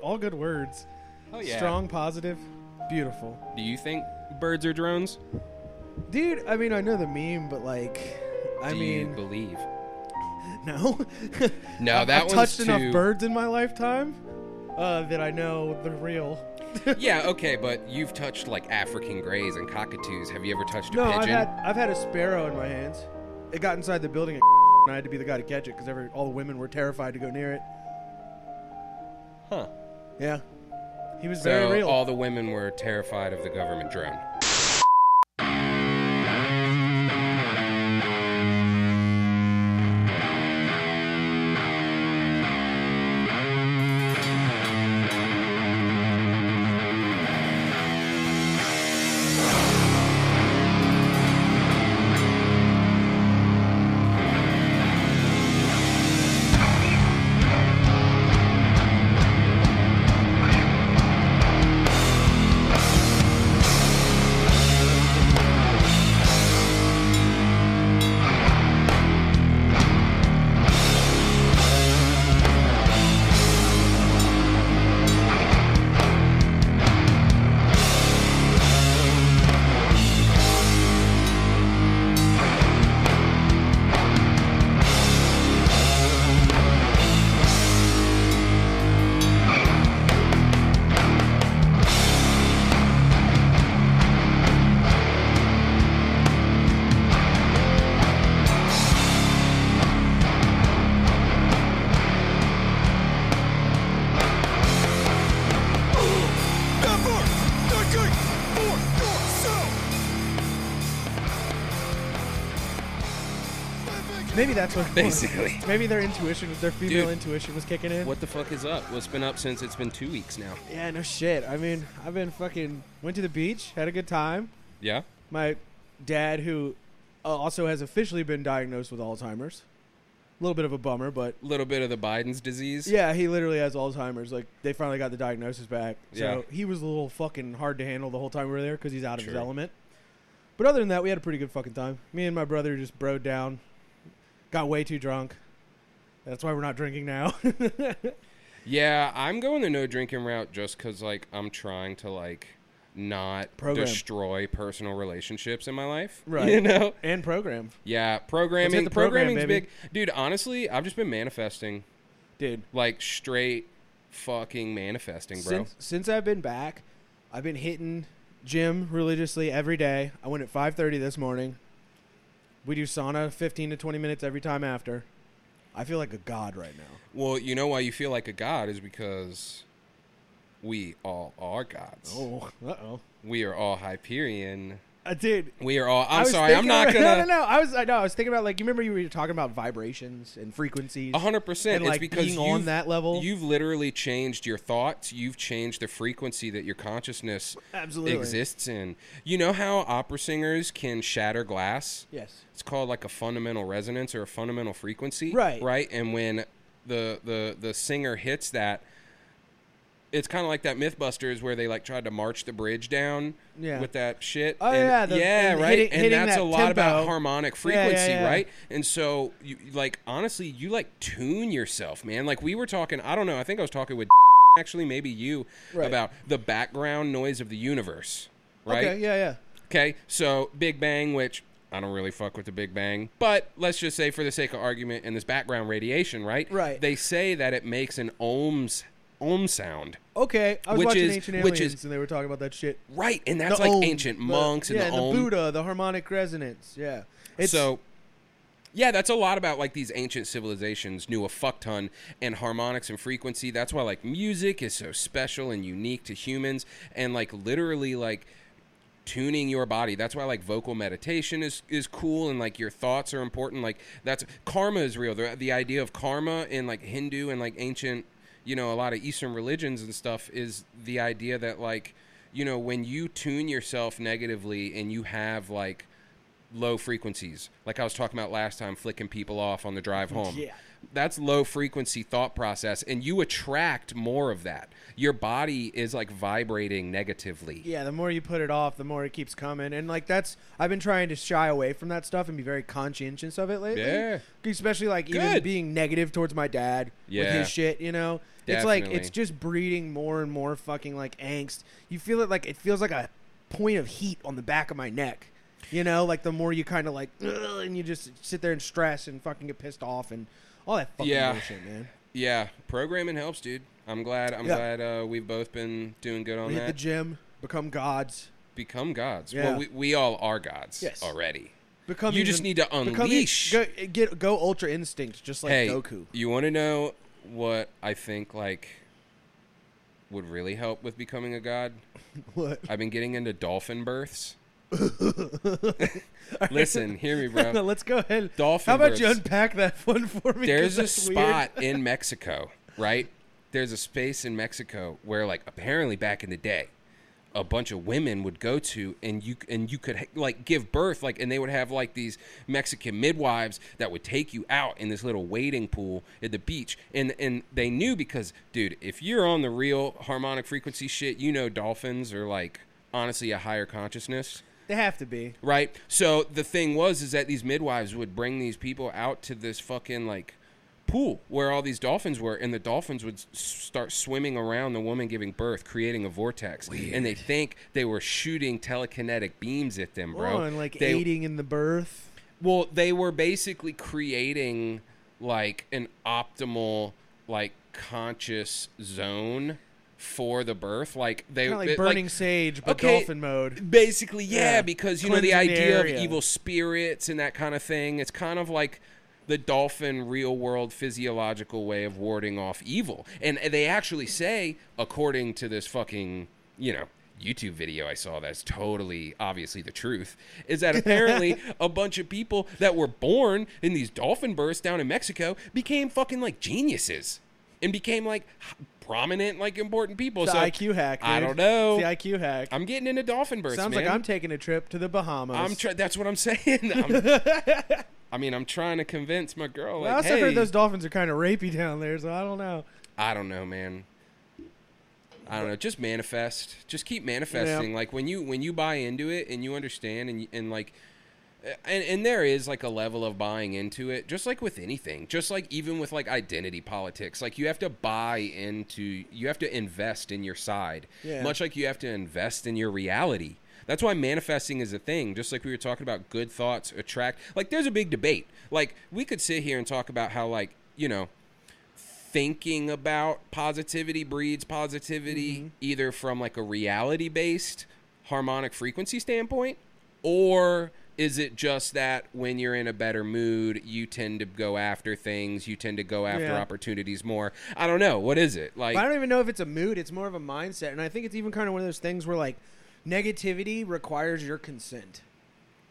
All good words. Oh yeah. Strong, positive, beautiful. Do you think birds are drones? Dude, I mean, I know the meme, but like, I Do you mean, believe? no. No, I've- that I've one's touched enough too- birds in my lifetime uh, that I know the real. yeah, okay, but you've touched like African greys and cockatoos. Have you ever touched a No, pigeon? I've had I've had a sparrow in my hands. It got inside the building, and I had to be the guy to catch it because every all the women were terrified to go near it. Huh. Yeah, he was very So real. all the women were terrified of the government drone. Maybe that's what it was. Basically. Maybe their intuition, was- their female Dude. intuition, was kicking in. What the fuck is up? What's been up since it's been two weeks now? Yeah, no shit. I mean, I've been fucking went to the beach, had a good time. Yeah? My dad, who uh, also has officially been diagnosed with Alzheimer's, a little bit of a bummer, but little bit of the Biden's disease. Yeah, he literally has Alzheimer's. Like they finally got the diagnosis back. So Yeah. he was a little fucking hard to handle the whole time we were there because he's out of his Sure. element. But other than that, we had a pretty good fucking time. Me and my brother just broed down, got way too drunk. That's why we're not drinking now. Yeah, I'm going the no drinking route just because, like, I'm trying to, like, not Program. destroy personal relationships in my life. Right. You know? and program, Yeah, programming. the program, Programming's baby. big. Dude, honestly, I've just been manifesting. dude. Like, straight fucking manifesting, bro. Since since I've been back, I've been hitting gym religiously every day. I went at five thirty this morning. We do sauna fifteen to twenty minutes every time after. I feel like a god right now. Well, you know why you feel like a god is because we all are gods. Oh, uh oh. We are all Hyperion. Uh, dude, We are all. I I'm was sorry, I'm thinking not about- gonna. No, no, no. I was, I know. I was thinking about like you remember you were talking about vibrations and frequencies. A hundred percent. And, It's like, because being on you've- that level. you've literally changed your thoughts. You've changed the frequency that your consciousness Absolutely. exists in. You know how opera singers can shatter glass. Yes. It's called like a fundamental resonance or a fundamental frequency. Right. Right. And when the the the singer hits that. It's kind of like that MythBusters where they like tried to march the bridge down Yeah. with that shit. Oh, And- yeah, the- yeah, and right. hitting- and hitting that's that a lot about tempo. harmonic Yeah, yeah, frequency, yeah. right? And so, you like honestly, you like tune yourself, man. Like we were talking, I don't know. I think I was talking with actually maybe you Right. about the background noise of the universe, right? Okay. Yeah. Yeah. Okay, so Big Bang, which I don't really fuck with the Big Bang, but let's just say for the sake of argument, and this background radiation, right? Right. They say that it makes an ohms ohm sound. Okay. I was Which watching is- Ancient Aliens which is- and they were talking about that shit. Right, and that's The like ohm, ancient the- monks and yeah, the ohm. Buddha, the harmonic resonance. Yeah. It's, so, yeah, that's a lot about like these ancient civilizations knew a fuck ton and harmonics and frequency. That's why like music is so special and unique to humans and like literally like tuning your body. That's why like vocal meditation is is cool and like your thoughts are important. Like that's karma is real. The, the idea of karma in like Hindu and like ancient, you know, a lot of Eastern religions and stuff is the idea that like you know when you tune yourself negatively and you have like low frequencies. Like I was talking about last time, flicking people off on the drive home. Yeah. That's low frequency thought process, and you attract more of that. Your body is like vibrating negatively. Yeah, the more you put it off, the more it keeps coming. And like that's I've been trying to shy away from that stuff and be very conscientious of it lately. Yeah. Especially like even Good. being negative towards my dad with Yeah. his shit, you know. It's like Definitely. it's just breeding more and more fucking like angst. You feel it like it feels like a point of heat on the back of my neck. You know, like the more you kind of like "Ugh," and you just sit there and stress and fucking get pissed off and all that fucking Yeah. bullshit, man. Yeah, programming helps, dude. I'm glad. I'm Yeah. glad uh, we've both been doing good on Hit the that. gym, become gods. Become gods. Yeah. Well, we, we all are gods Yes. already. Become You just even- need to become e- unleash. Go, get go ultra instinct, just like hey, Goku. you want to know what I think like would really help with becoming a god? What? I've been getting into dolphin births. Listen, hear me, bro. No, let's go ahead. Dolphin How about you birds. unpack that one for me? 'cause There's a that's spot in Mexico, right? There's a space in Mexico where, like, apparently back in the day, a bunch of women would go to, and you and you could like give birth, like, and they would have like these Mexican midwives that would take you out in this little wading pool at the beach, and and they knew because, dude, if you're on the real harmonic frequency shit, you know, dolphins are like honestly a higher consciousness Weird. They have to be. right? So the thing was is that these midwives would bring these people out to this fucking like pool where all these dolphins were and the dolphins would s- start swimming around the woman giving birth creating a vortex and they think they were shooting telekinetic beams at them bro Oh, and like they, aiding in the birth. well, they were basically creating like an optimal, like conscious zone for the birth. Like they Kind of like it- burning sage, but okay, dolphin mode. Basically, yeah, Yeah, because you know the cleansing the idea area. of evil spirits and that kind of thing. It's kind of like the dolphin real world physiological way of warding off evil. And they actually say, according to this fucking, you know, YouTube video I saw that's totally obviously the truth is that apparently a bunch of people that were born in these dolphin births down in Mexico became fucking like geniuses and became like prominent like important people It's so the IQ hack. I dude. don't know It's the IQ hack. I'm getting into dolphin birds. Sounds man. like I'm taking a trip to the Bahamas. I'm. Try- that's what I'm saying. I'm, I mean, I'm trying to convince my girl. Like, I also hey, heard those dolphins are kind of rapey down there, so I don't know. I don't know, man. I don't know. Just manifest. Just keep manifesting. Like when you when you buy into it and you understand and you- and like. And, and there is like a level of buying into it, just like with anything, just like even with like identity politics. Like you have to buy into, you have to invest in your side, Yeah. much like you have to invest in your reality. That's why manifesting is a thing, just like we were talking about good thoughts attract. Like there's a big debate. Like we could sit here and talk about how, like, you know, thinking about positivity breeds positivity Mm-hmm. either from like a reality based harmonic frequency standpoint or is it just that when you're in a better mood you tend to go after things you tend to go after Yeah. opportunities more i don't know what is it like But I don't even know if it's a mood. It's more of a mindset, and I think it's even kind of one of those things where like negativity requires your consent.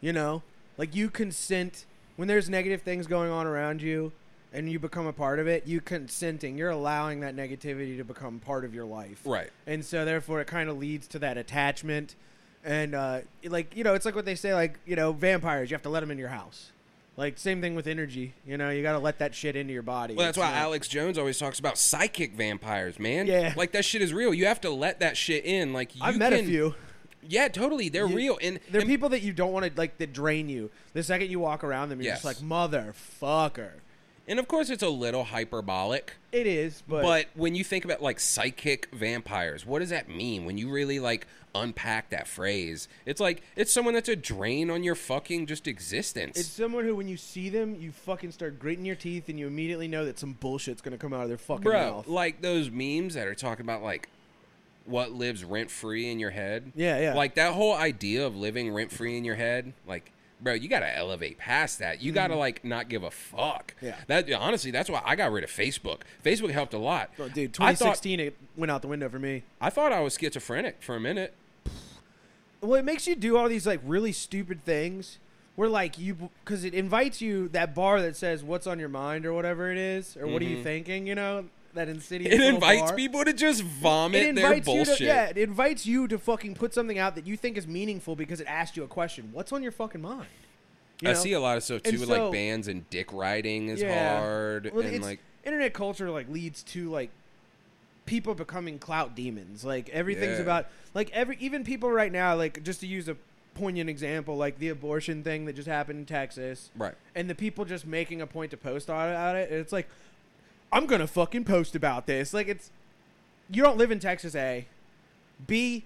You know, like you consent when there's negative things going on around you, and you become a part of it. You consenting, you're allowing that negativity to become part of your life, right and so therefore it kind of leads to that attachment, and uh, like you know, it's like what they say, like you know, vampires. You have to let them in your house. Like same thing with energy. You know, you got to let that shit into your body. well, that's It's why not- Alex Jones always talks about psychic vampires, man. Yeah. like that shit is real. You have to let that shit in. Like you I've met a can- few. Yeah, totally. They're You- real. And They're and people that you don't want to like that drain you. The second you walk around them, you're just like Yes. motherfucker. and of course, it's a little hyperbolic. It is, but, But when you think about like psychic vampires, what does that mean? When you really like unpack that phrase, it's like it's someone that's a drain on your fucking just existence. it's someone who, when you see them, you fucking start gritting your teeth, and you immediately know that some bullshit's gonna come out of their fucking Bro, mouth. like those memes that are talking about like what lives rent free in your head. Yeah, yeah. Like that whole idea of living rent free in your head, like Bro, you gotta elevate past that. You gotta like not give a fuck. Mm-hmm. Yeah. That honestly, that's why I got rid of Facebook. Facebook helped a lot. Oh, dude, I thought 2016 it went out the window for me. I thought I was schizophrenic for a minute. Well, it makes you do all these like really stupid things. Where like you, because it invites you that bar that says "What's on your mind" or whatever it is, or "What are you thinking?" You know that insidious. Mm-hmm. It little invites bar. people to just vomit it their invites you bullshit. to yeah, it invites you to fucking put something out that you think is meaningful because it asked you a question. What's on your fucking mind? You I know? see a lot of stuff too And with so- like bands and dick riding is Yeah. hard Well, and it's- like internet culture like leads to like people becoming clout demons. Like everything's Yeah. about like every even people right now like just to use a poignant example like the abortion thing that just happened in Texas right. and the people just making a point to post on about it. And it's like I'm going to fucking post about this. Like it's you don't live in Texas, A. B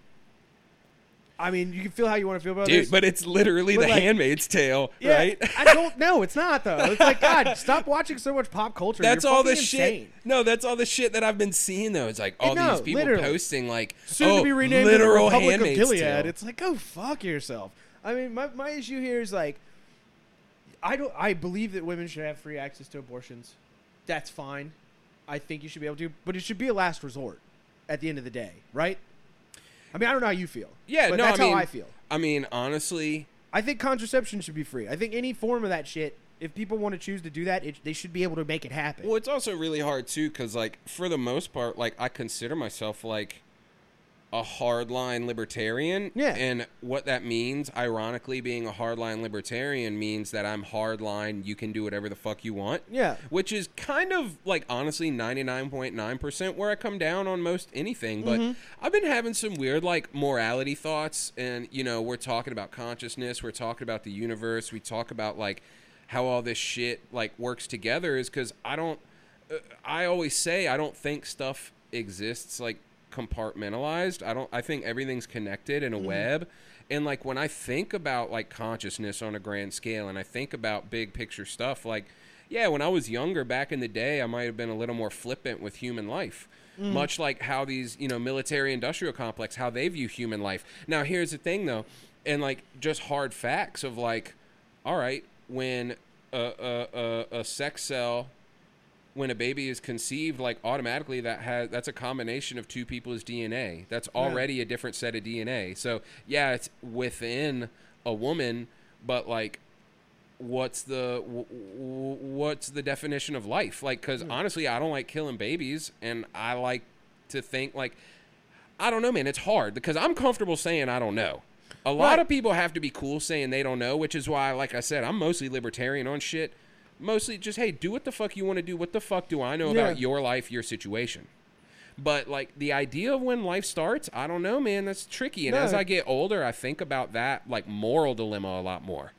I mean, you can feel how you want to feel about this. Dude, but it's literally But, the like- Handmaid's Tale, Yeah, right? I don't know. It's not though. It's like God, stop watching so much pop culture. That's You're all fucking the insane. shit. No, that's all the shit that I've been seeing though. It's like all no, these people literally. posting like soon oh, to be renamed to the literal Republic of Handmaid's Gilead. Tale. It's like, go fuck yourself. I mean, my, my issue here is like, I don't. I believe that women should have free access to abortions. That's fine. I think you should be able to, but it should be a last resort. At the end of the day, right? I mean, I don't know how you feel. yeah, but no, that's I mean, how I feel. I mean, honestly, I think contraception should be free. I think any form of that shit, if people want to choose to do that, it, they should be able to make it happen. Well, it's also really hard too, because like for the most part, like I consider myself like a hardline libertarian. Yeah. And what that means, ironically, being a hardline libertarian means that I'm hardline. You can do whatever the fuck you want. Yeah. Which is kind of like honestly 99.9% where I come down on most anything. But I've been having some weird like morality thoughts. And, you know, we're talking about consciousness, we're talking about the universe, we talk about like how all this shit like works together is because I don't, uh, I always say I don't think stuff exists like compartmentalized. I don't I think everything's connected in a web. And like when I think about like consciousness on a grand scale and I think about big picture stuff like yeah, when I was younger back in the day, I might have been a little more flippant with human life. Much like how these, you know, military industrial complex how they view human life. Now, here's the thing though, and like just hard facts of like all right, when a a, a, a sex cell when a baby is conceived, like automatically that has that's a combination of two people's DNA. That's already a different set of DNA. So yeah, it's within a woman, but like, what's the w- w- what's the definition of life? Like, because Hmm. honestly, I don't like killing babies, and I like to think like, I don't know, man. It's hard because I'm comfortable saying I don't know. A lot Right. of people have to be cool saying they don't know, which is why, like I said, I'm mostly libertarian on shit. Mostly just, hey, do what the fuck you want to do. What the fuck do I know about Yeah. your life, your situation? But like the idea of when life starts, I don't know, man. That's tricky. And No. as I get older, I think about that like moral dilemma a lot more,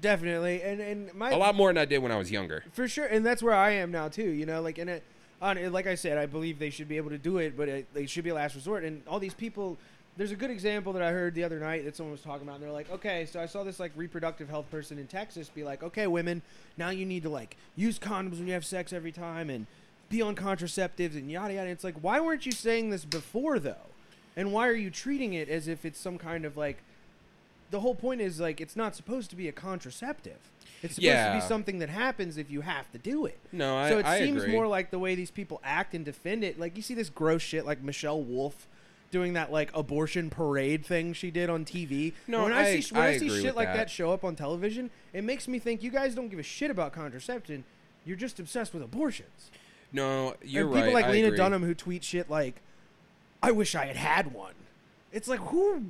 Definitely, and and my a lot more than I did when I was younger. for sure and that's where i am now too you know like and it, on it, like i said i believe they should be able to do it but it, they should be a last resort and all these people there's a good example that i heard the other night that someone was talking about and they're like okay so i saw this like reproductive health person in texas be like okay women now you need to like use condoms when you have sex every time and be on contraceptives and yada yada it's like why weren't you saying this before though and why are you treating it as if it's some kind of like the whole point is like it's not supposed to be a contraceptive. It's supposed to Yeah. be something that happens if you have to do it. No, I so it I seems agree. more like the way these people act and defend it. Like you see this gross shit, like Michelle Wolf doing that like abortion parade thing she did on TV. No, And when I- see when I, I see agree shit with like that. that. show up on television, it makes me think you guys don't give a shit about contraception. You're just obsessed with abortions. No, you're and right. people like I Lena agree. Dunham who tweet shit like, "I wish I had had one." It's like who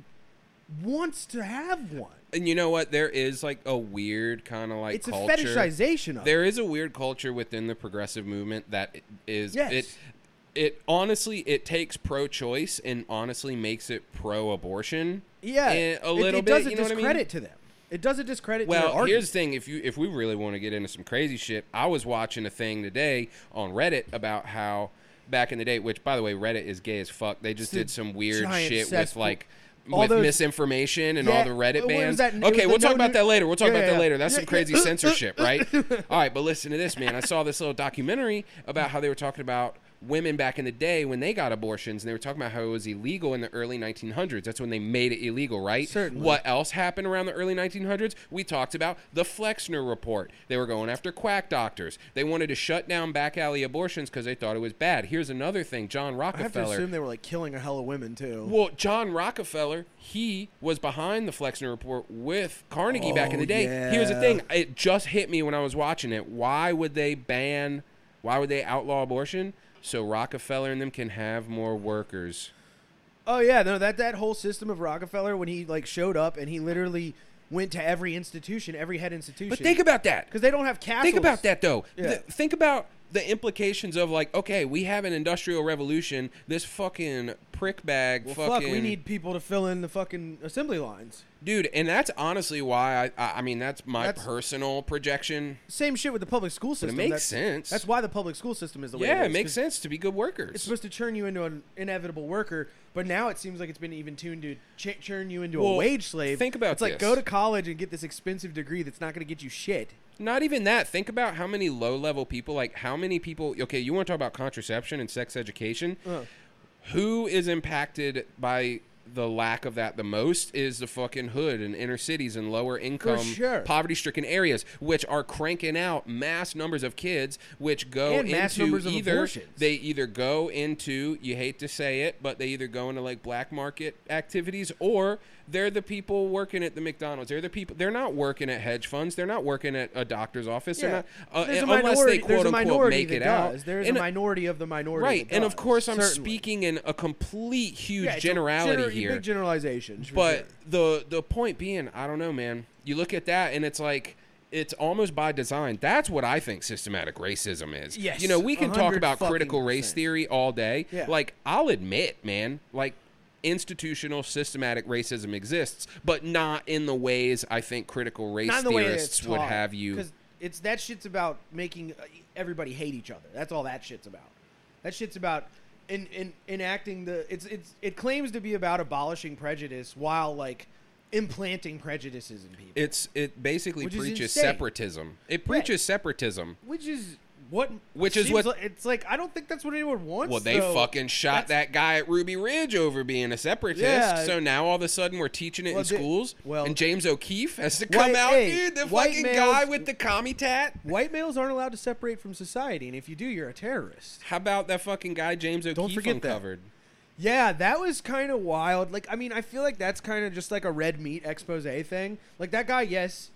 wants to have one? And you know what? There is like a weird kind of like it's culture. a fetishization of it. There is a weird culture within the progressive movement that is Yes. it it honestly it takes pro choice and honestly makes it pro abortion. Yeah, a little it, it bit, does a you know what I mean? discredit to them. It does a discredit to their Well, argument. here's the thing: if you if we really want to get into some crazy shit, I was watching a thing today on Reddit about how back in the day, which by the way, Reddit is gay as fuck. They just It's a did some weird giant shit with cesspool. like. All with those- misinformation and Yeah, all the Reddit what was bans. that? It was Okay, the we'll no talk about new- that later. We'll talk Yeah, about yeah, that later. That's yeah, some crazy yeah. censorship, right? all right, but listen to this, man. I saw this little documentary about how they were talking about women back in the day when they got abortions, and they were talking about how it was illegal in the early 1900s. That's when they made it illegal, right? Certainly. What else happened around the early 1900s? We talked about the Flexner report. They were going after quack doctors. They wanted to shut down back alley abortions because they thought it was bad. Here's another thing: John I have to Rockefeller. assume they were like killing a hell of women too. Well, John Rockefeller, he was behind the Flexner Report with Carnegie back in Oh, the day. Here's the yeah. thing: it just hit me when I was watching it. Why would they ban? Why would they outlaw abortion? So Rockefeller and them can have more workers. oh yeah, no that that whole system of Rockefeller when he like showed up and he literally went to every institution, every head institution. But think about that. because they don't have castles. Think about that though. Yeah. Th- think about the implications of like, okay, we have an industrial revolution. This fucking prick bag, Well, fucking fuck, we need people to fill in the fucking assembly lines. dude. And that's honestly why I, I, I mean, that's my That's- personal projection. Same shit with the public school system. makes That's- sense. That's why the public school system is the way. Yeah, it, is, it makes 'cause sense to be good workers. It's supposed to turn you into an inevitable worker, but now it seems like it's been even tuned to ch- turn you into Well, a wage slave. think about it's like this. go to college and get this expensive degree that's not going to get you shit. Not even that. Think about how many low level people, like how many people. Okay, you want to talk about contraception and sex education? Uh. Who is impacted by the lack of that the most is the fucking hood and inner cities and lower income, sure. poverty stricken areas, which are cranking out mass numbers of kids, which go And into mass numbers of either abortions. they either go into you hate to say it, but they either go into like black market activities or they're the people working at the McDonald's. They're the people. They're not working at hedge funds. They're not working at a doctor's office. They're Yeah. not uh, There's a unless minority- they there's quote a unquote minority make that it does. out. There's And, a uh, minority of the minority, right? that And of does, course, I'm certainly. speaking in a complete huge Yeah, it's a generality gener- here. Big generalizations, for But sure. the the point being, I don't know, man. You look at that and it's like it's almost by design. That's what I think systematic racism is. Yes, You know, we can talk 100 about fucking critical race percent. theory all day. Yeah. Like I'll admit, man, like institutional systematic racism exists, but not in the ways I think critical race not in the way that theorists it's would taught, have you 'cause it's that shit's about making uh, everybody hate each other. That's all that shit's about. That shit's about in, in enacting the it's it's it claims to be about abolishing prejudice while like implanting prejudices in people, it's it basically Which is preaches insane. separatism. It preaches separatism. which is what Which is seems what- like, it's like. I don't think that's what anyone wants. Well, they though. fucking shot That's- that guy at Ruby Ridge over being a separatist. Yeah. So now all of a sudden we're teaching it Well, in they- schools. well- and James O'Keefe has to White- come out, hey, dude. The white fucking males- guy with the commie tat. White males aren't allowed to separate from society, and if you do, you're a terrorist. How about that fucking guy James O'Keefe forget that. uncovered? Yeah, that was kind of wild. Like, I mean, I feel like that's kind of just like a red meat expose thing. Like that guy, yes,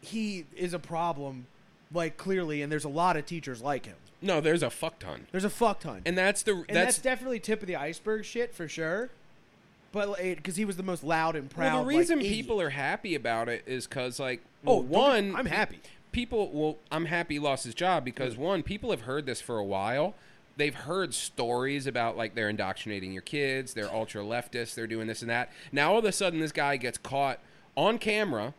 he is a problem, like clearly, and there's a lot of teachers like him. No, there's a fuck ton, There's a fuck ton, and, and that's the that's, that's. definitely tip of the iceberg shit for sure. But because he was the most loud and proud, well, the like, reason idiot. people are happy about it is because, like, Oh, well, don't one, get- I'm happy. people well i'm happy he lost his job because one people have heard this for a while they've heard stories about like they're indoctrinating your kids they're ultra leftists they're doing this and that now all of a sudden this guy gets caught on camera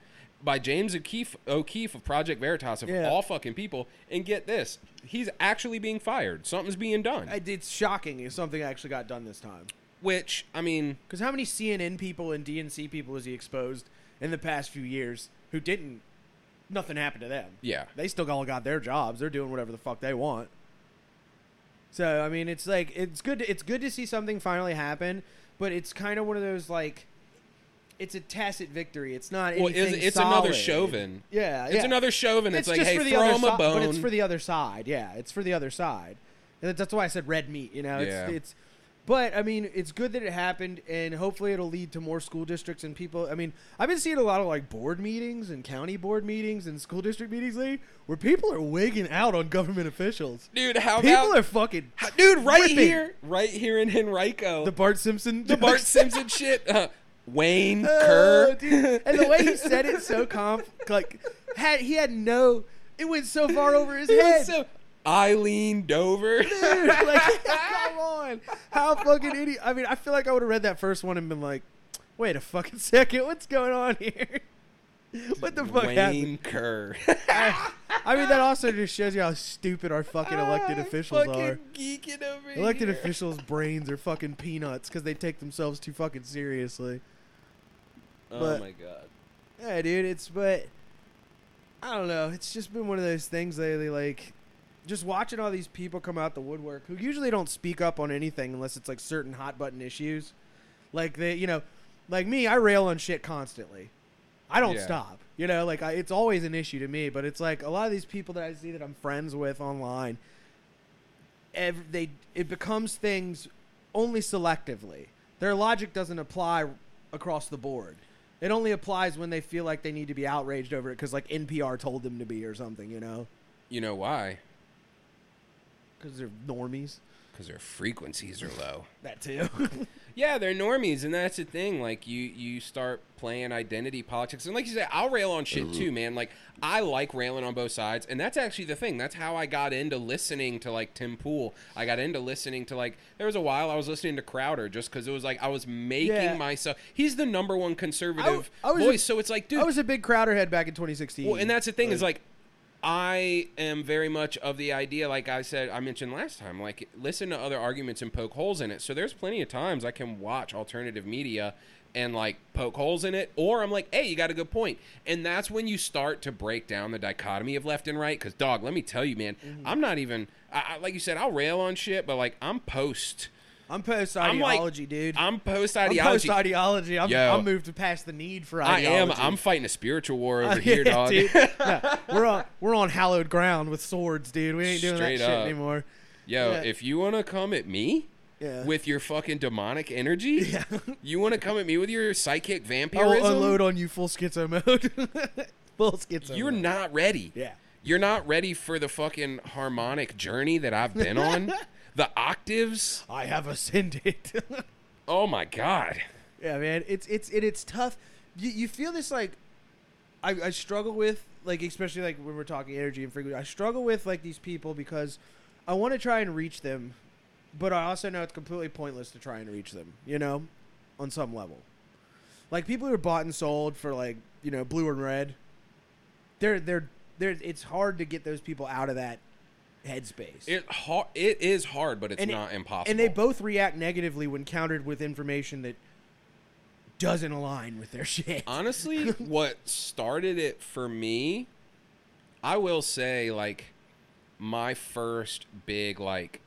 by james o'keefe, O'Keefe of project veritas of Yeah. all fucking people and get this he's actually being fired something's being done I- it's shocking if something actually got done this time. which i mean Because how many CNN people and DNC people has he exposed in the past few years who didn't? Nothing happened to them. yeah They still all got their jobs. They're doing whatever the fuck they want. So I mean, it's like it's good. To, it's good to see something finally happen, but it's kind of one of those like, it's a tacit victory. It's not. well, it's, anything it's another solid. Chauvin. Yeah, It's Uh, yeah. another Chauvin. It's, like, just hey, for the throw other him a si- bone. But it's for the other side. Yeah, it's for the other side. And that- that's why I said red meat. You know, it's, Yeah. it's. But I mean, it's good that it happened, and hopefully it'll lead to more school districts and people. I mean, I've been seeing a lot of like board meetings and county board meetings and school district meetings lately, where people are wigging out on government officials. Dude, how about People are fucking How- dude, right Whipping. here, right here in Henrico, the the, Bart Simpson. The Bart Simpson shit. Uh, Wayne Oh, Kerr, dude. and the way he said it so calm, like had he had no. It went so far over his He was head. so- Eileen Dover. Dude, like, come on. How fucking idiot. I mean, I feel like I would have read that first one and been like, wait a fucking second. What's going on here? What the fuck happened? Wayne Kerr. I mean, that also just shows you how stupid our fucking elected officials Ah, fucking are. Geeking over Elected here. officials' brains are fucking peanuts because they take themselves too fucking seriously. Oh but- my god. Yeah, dude, it's but I don't know. It's just been one of those things lately, like just watching all these people come out the woodwork who usually don't speak up on anything unless it's like certain hot button issues. Like they, you know, like me, I rail on shit constantly. I don't Yeah. stop. You know, like I, it's always an issue to me. But it's like a lot of these people that I see that I'm friends with online, ev- they it becomes things only selectively. Their logic doesn't apply across the board. It only applies when they feel like they need to be outraged over it because like NPR told them to be or something, you know? You know why? Because they're normies. because their frequencies are low. That too. Yeah, they're normies, and that's the thing. Like you, you start playing identity politics, and like you said, I'll rail on shit too, man. Like I like railing on both sides, and that's actually the thing. That's how I got into listening to like Tim Pool. I got into listening to like there was a while I was listening to Crowder just because it was like I was making Yeah. myself. He's the number one conservative I was a- voice, so it's like, dude, I was a big Crowder head back in 2016. well, and that's the thing is like, I am very much of the idea, like I said, I mentioned last time, like listen to other arguments and poke holes in it. So there's plenty of times I can watch alternative media and like poke holes in it, or I'm like, hey, you got a good point. And that's when you start to break down the dichotomy of left and right. Cause dog, let me tell you, man, Mm-hmm. I'm not even, I, I, like you said, I'll rail on shit, but like I'm post. I'm post I'm like- ideology, dude. I'm post I'm post ideology. ideology. I'm, Yo. I'm moved to past the need for I am. ideology. Oh, I'm fighting a spiritual war over here, Yeah, dog. dude. Yeah. We're on we're on hallowed ground with swords, dude. We ain't doing Straight that shit up. anymore. Yo, Yeah. if you want to come at me Yeah. with your fucking demonic energy, Yeah. you want to come at me with your psychic I will vampirism, unload on you full schizo mode. full schizo. you're mode. not ready. Yeah. You're not ready for the fucking harmonic journey that I've been on. the octaves. I have ascended. Oh my God. yeah, man. It's it's it, it's tough. You you feel this like I, I struggle with like especially like when we're talking energy and frequency. I struggle with like these people because I want to try and reach them, but I also know it's completely pointless to try and reach them. You know, on some level, like people who are bought and sold for like you know blue and red. They're they're they're. It's hard to get those people out of that headspace. It hard. It is hard, but it's And it- not impossible. and they both react negatively when countered with information that doesn't align with their shit. Uh, honestly what started it for me i will say like my first big like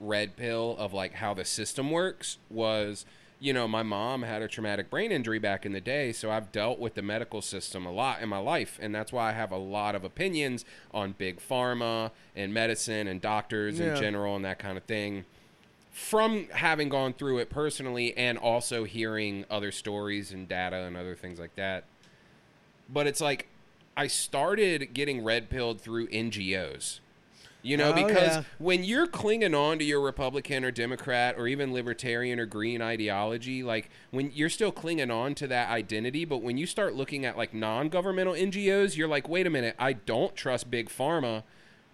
red pill of like how the system works was you know my mom had a traumatic brain injury back in the day so i've dealt with the medical system a lot in my life and that's why i have a lot of opinions on big pharma and medicine and doctors in Yeah. general and that kind of thing from having gone through it personally and also hearing other stories and data and other things like that. But it's like I started getting red pilled through NGOs. You know, Oh, because yeah. when you're clinging on to your Republican or Democrat or even libertarian or green ideology, like when you're still clinging on to that identity, but when you start looking at like non governmental NGOs, you're like, wait a minute, I don't trust Big Pharma,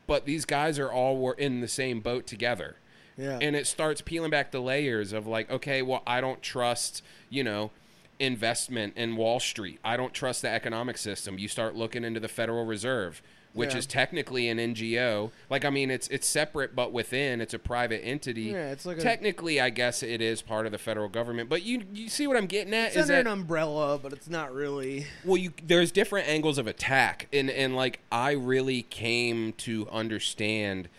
but these guys are all were in the same boat together Yeah. and it starts peeling back the layers of like okay well i don't trust you know investment in wall street i don't trust the economic system you start looking into the federal reserve which Yeah. is technically an ngo like i mean it's it's separate but within it's a private entity Yeah, it's like a- technically I guess it is part of the federal government but you you see what i'm getting at it's is under that an umbrella, but it's not really. well you there's different angles of attack and and like i really came to understand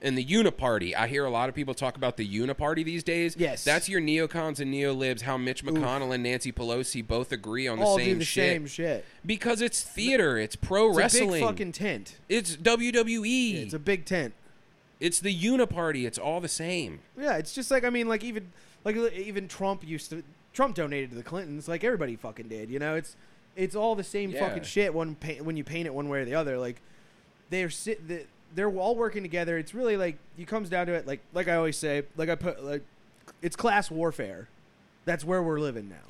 in the uniparty i hear a lot of people talk about the uniparty these days Yes. that's your neocons and neolibs how mitch mcconnell and nancy pelosi both agree on the All same do the shit same shit. because it's theater it's pro It's wrestling a big fucking tent. it's wwe It's it's, a big tent. the uniparty it's all the same Yeah, it's just like I mean, like even like even Trump used to. Trump donated to the Clintons, like everybody fucking did. You know, it's it's all the same Yeah. fucking shit. One pa- when you paint it one way or the other, like they're sit the, they're all working together. It's really like you comes down to it. Like like I always say, like I put like it's class warfare. That's where we're living now.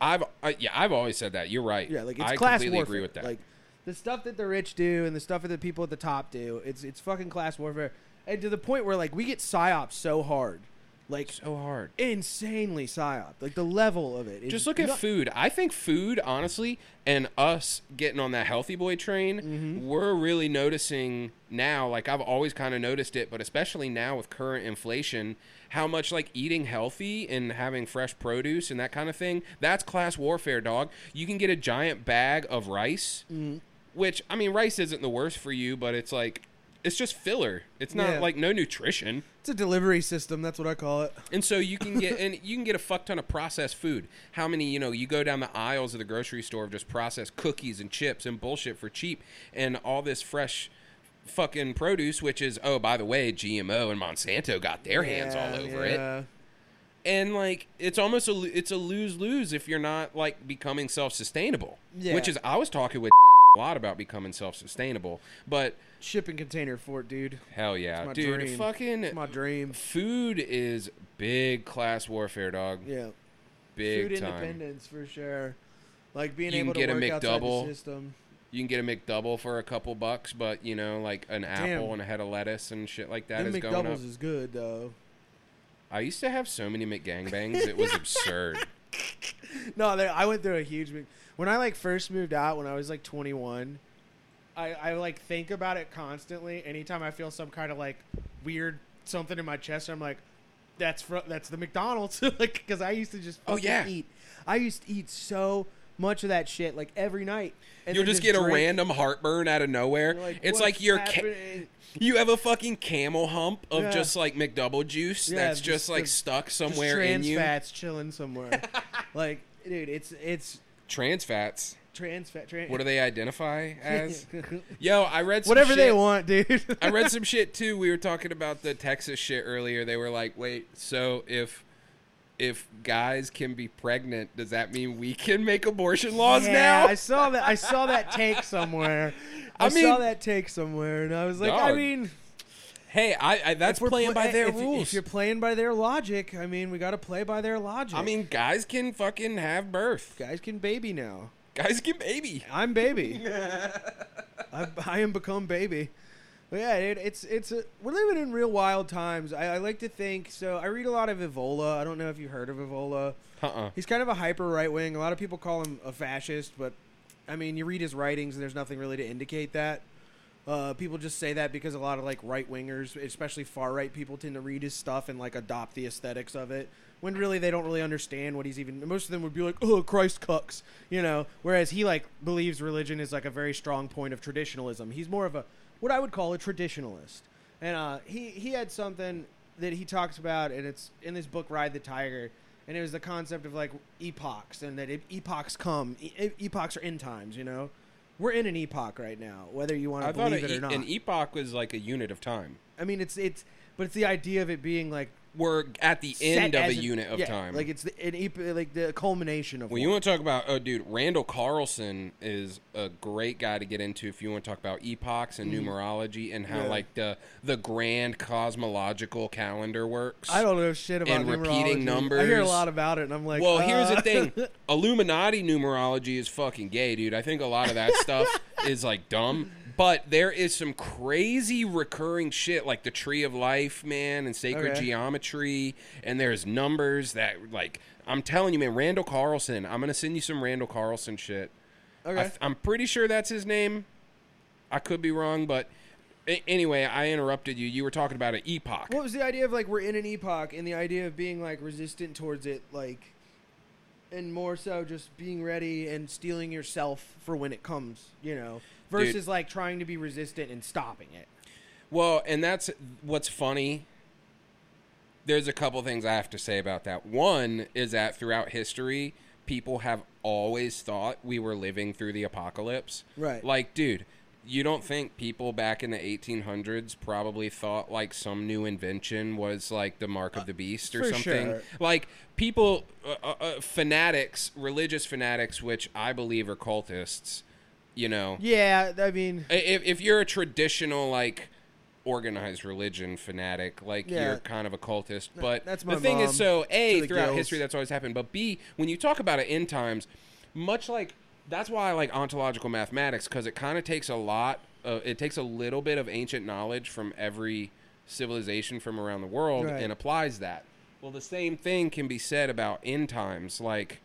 i've I, yeah i've always said that you're right Yeah, like it's i class completely warfare. agree with that Like the stuff that the rich do and the stuff that the people at the top do. It's it's fucking class warfare, and to the point where like we get psyops so hard, like so hard insanely psyop. Like the level of it. is Just look at nut- food. I think food, honestly, and us getting on that healthy boy train, Mm-hmm. we're really noticing now, like I've always kind of noticed it, but especially now with current inflation, how much like eating healthy and having fresh produce and that kind of thing, that's class warfare, dog. You can get a giant bag of rice, Mm. which, I mean, rice isn't the worst for you, but it's like, it's just filler. It's not Yeah. like no nutrition. It's a delivery system. That's what I call it. And so you can get and you can get a fuck ton of processed food. How many, you know, you go down the aisles of the grocery store of just processed cookies and chips and bullshit for cheap and all this fresh fucking produce which is oh by the way GMO and Monsanto got their hands all over it it. and like it's almost a lo- it's a lose lose if you're not like becoming self sustainable, Yeah. which is I was talking with lot about becoming self-sustainable, but Shipping container fort, dude. hell yeah, It's my dude, dream. fucking It's my dream. food is big class warfare, dog. Yeah. Big Food time. independence for sure. Like being You can able to get a work outside McDouble. the system. You can get a McDouble for a couple bucks, but you know, like an apple Damn. and a head of lettuce and shit like that is Them going up. McDoubles is good though. I used to have so many McGangbangs, it was absurd. No, they, I went through a huge. Mc- When I like first moved out, when I was like 21, I, I like think about it constantly. Anytime I feel some kind of like weird something in my chest, I'm like, that's fr- that's the McDonald's, like because I used to just Oh, fucking yeah. eat. I used to eat so much of that shit like every night. And You'll then just get a drink. random heartburn out of nowhere. You're like, "What's it's like you're ca- happening?" you have a fucking camel hump of Yeah. just like McDouble juice Yeah, that's just just like the- stuck Just somewhere in trans you. fats chilling somewhere. like, dude, it's it's Trans fats. trans fat. Trans- What do they identify as? Yo, I read some Whatever they shit- want, dude. I read some shit too. We were talking about the Texas shit earlier. They were like, "Wait, so if if guys can be pregnant, does that mean we can make abortion laws Yeah, now?" I saw that. I saw that take somewhere. I, I saw mean- that take somewhere, and I was like, I Dog, mean, hey, I, I that's we're playing pla- eh, by their if, rules. If you're playing by their logic, I mean, we got to play by their logic. I mean, guys can fucking have birth. guys can baby now. Guys can baby. I'm baby. I, I am become baby. But yeah, dude, it's it's a, we're living in real wild times. I, I like to think so. I read a lot of Evola. I don't know if you heard of Evola. Uh-uh. He's kind of a hyper right wing. A lot of people call him a fascist, but I mean, you read his writings, and there's nothing really to indicate that. Uh, people just say that because a lot of like right wingers, especially far right people, tend to read his stuff and like adopt the aesthetics of it. When really they don't really understand what he's even. Most of them would be like, "Oh, Christ cucks," you know. Whereas he like believes religion is like a very strong point of traditionalism. He's more of a what I would call a traditionalist. And uh, he he had something that he talks about, and it's in this book, Ride the Tiger, and it was the concept of like epochs, and that e- epochs come, e- e- epochs are end times. You know, we're in an epoch right now, whether you want to I thought believe a, it or not. an epoch was like a unit of time. e, I mean, it's it's, but it's the idea of it being like We're at the set end of a as an- unit of yeah, time. like it's the, an ep- like the culmination of. Well, one. you want to talk about, oh, dude, Randall Carlson is a great guy to get into if you want to talk about epochs and numerology and how Mm. Yeah. like the the grand cosmological calendar works. I don't know shit about and repeating numerology. I hear a numbers. lot about it, and I'm like, Well, here's uh, the thing: Illuminati numerology is fucking gay, dude. I think a lot of that stuff is like dumb, but there is some crazy recurring shit, like the Tree of Life, man, and sacred Okay. geometry, and there's numbers that, like, I'm telling you, man, Randall Carlson. I'm gonna send you some Randall Carlson shit. Okay. I th- I'm pretty sure that's his name. I could be wrong, but a- anyway, I interrupted you. You were talking about an epoch. What was the idea of like we're in an epoch and the idea of being like resistant towards it, like, and more so just being ready and stealing yourself for when it comes, you know, versus like trying to be resistant and stopping it. Well, and that's what's funny. There's a couple things I have to say about that. One is that throughout history, people have always thought we were living through the apocalypse. Right. Like, dude, you don't think people back in the 1800s probably thought like some new invention was like the mark of the beast or for something? sure. Like, people, uh, uh, uh, fanatics, religious fanatics, which I believe are cultists, you know. Yeah, I mean, I- if, if you're a traditional like organized religion fanatic like Yeah. you're kind of a cultist but that's my the thing mom is so to a the throughout gills. history that's always happened but b when you talk about it end times much like that's why i like ontological mathematics because it kind of takes a lot uh, it takes a little bit of ancient knowledge from every civilization from around the world Right. and applies that well the same thing can be said about end times like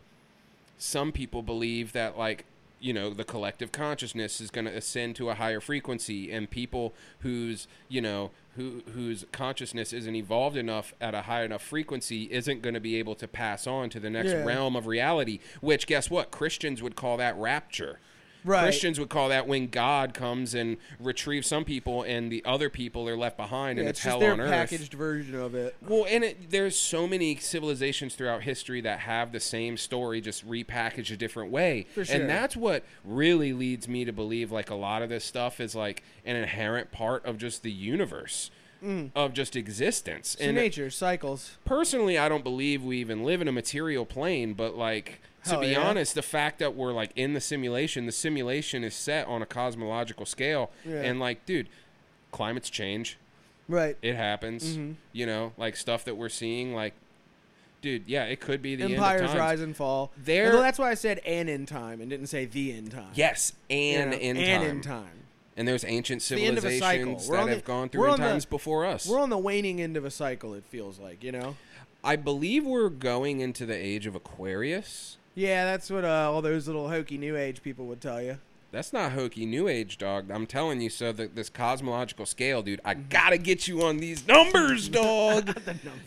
some people believe that like you know the collective consciousness is going to ascend to a higher frequency and people whose you know who whose consciousness isn't evolved enough at a high enough frequency isn't going to be able to pass on to the next Yeah. realm of reality which guess what christians would call that rapture Right. christians would call that when god comes and retrieves some people and the other people are left behind and yeah, it's, it's just hell their on earth packaged version of it. well, and it, there's so many civilizations throughout history that have the same story, just repackaged a different way. For sure. And that's what really leads me to believe like a lot of this stuff is like an inherent part of just the universe, of just existence. Mm. So nature cycles. personally, I don't believe we even live in a material plane, but like Hell to be yeah. honest, the fact that we're like in the simulation, the simulation is set on a cosmological scale, Yeah. and like, dude, climates change. Right. It happens. Mm-hmm. You know, like stuff that we're seeing, like, dude, yeah, it could be the end of Empires times. rise and fall. There- Although that's why I said an in time and didn't say the end time. Yes, You and know, in and time. in time. And there's ancient the end of a civilizations cycle. We're that on the- have gone we're through in on the- times before us. We're on the waning end of a cycle. It feels like you know. I believe we're going into the age of Aquarius. Yeah, that's what uh, all those little hokey new age people would tell you. That's not hokey new age, dog. I'm telling you, so that this cosmological scale, dude, I Mm-hmm. gotta get you on these numbers, dog.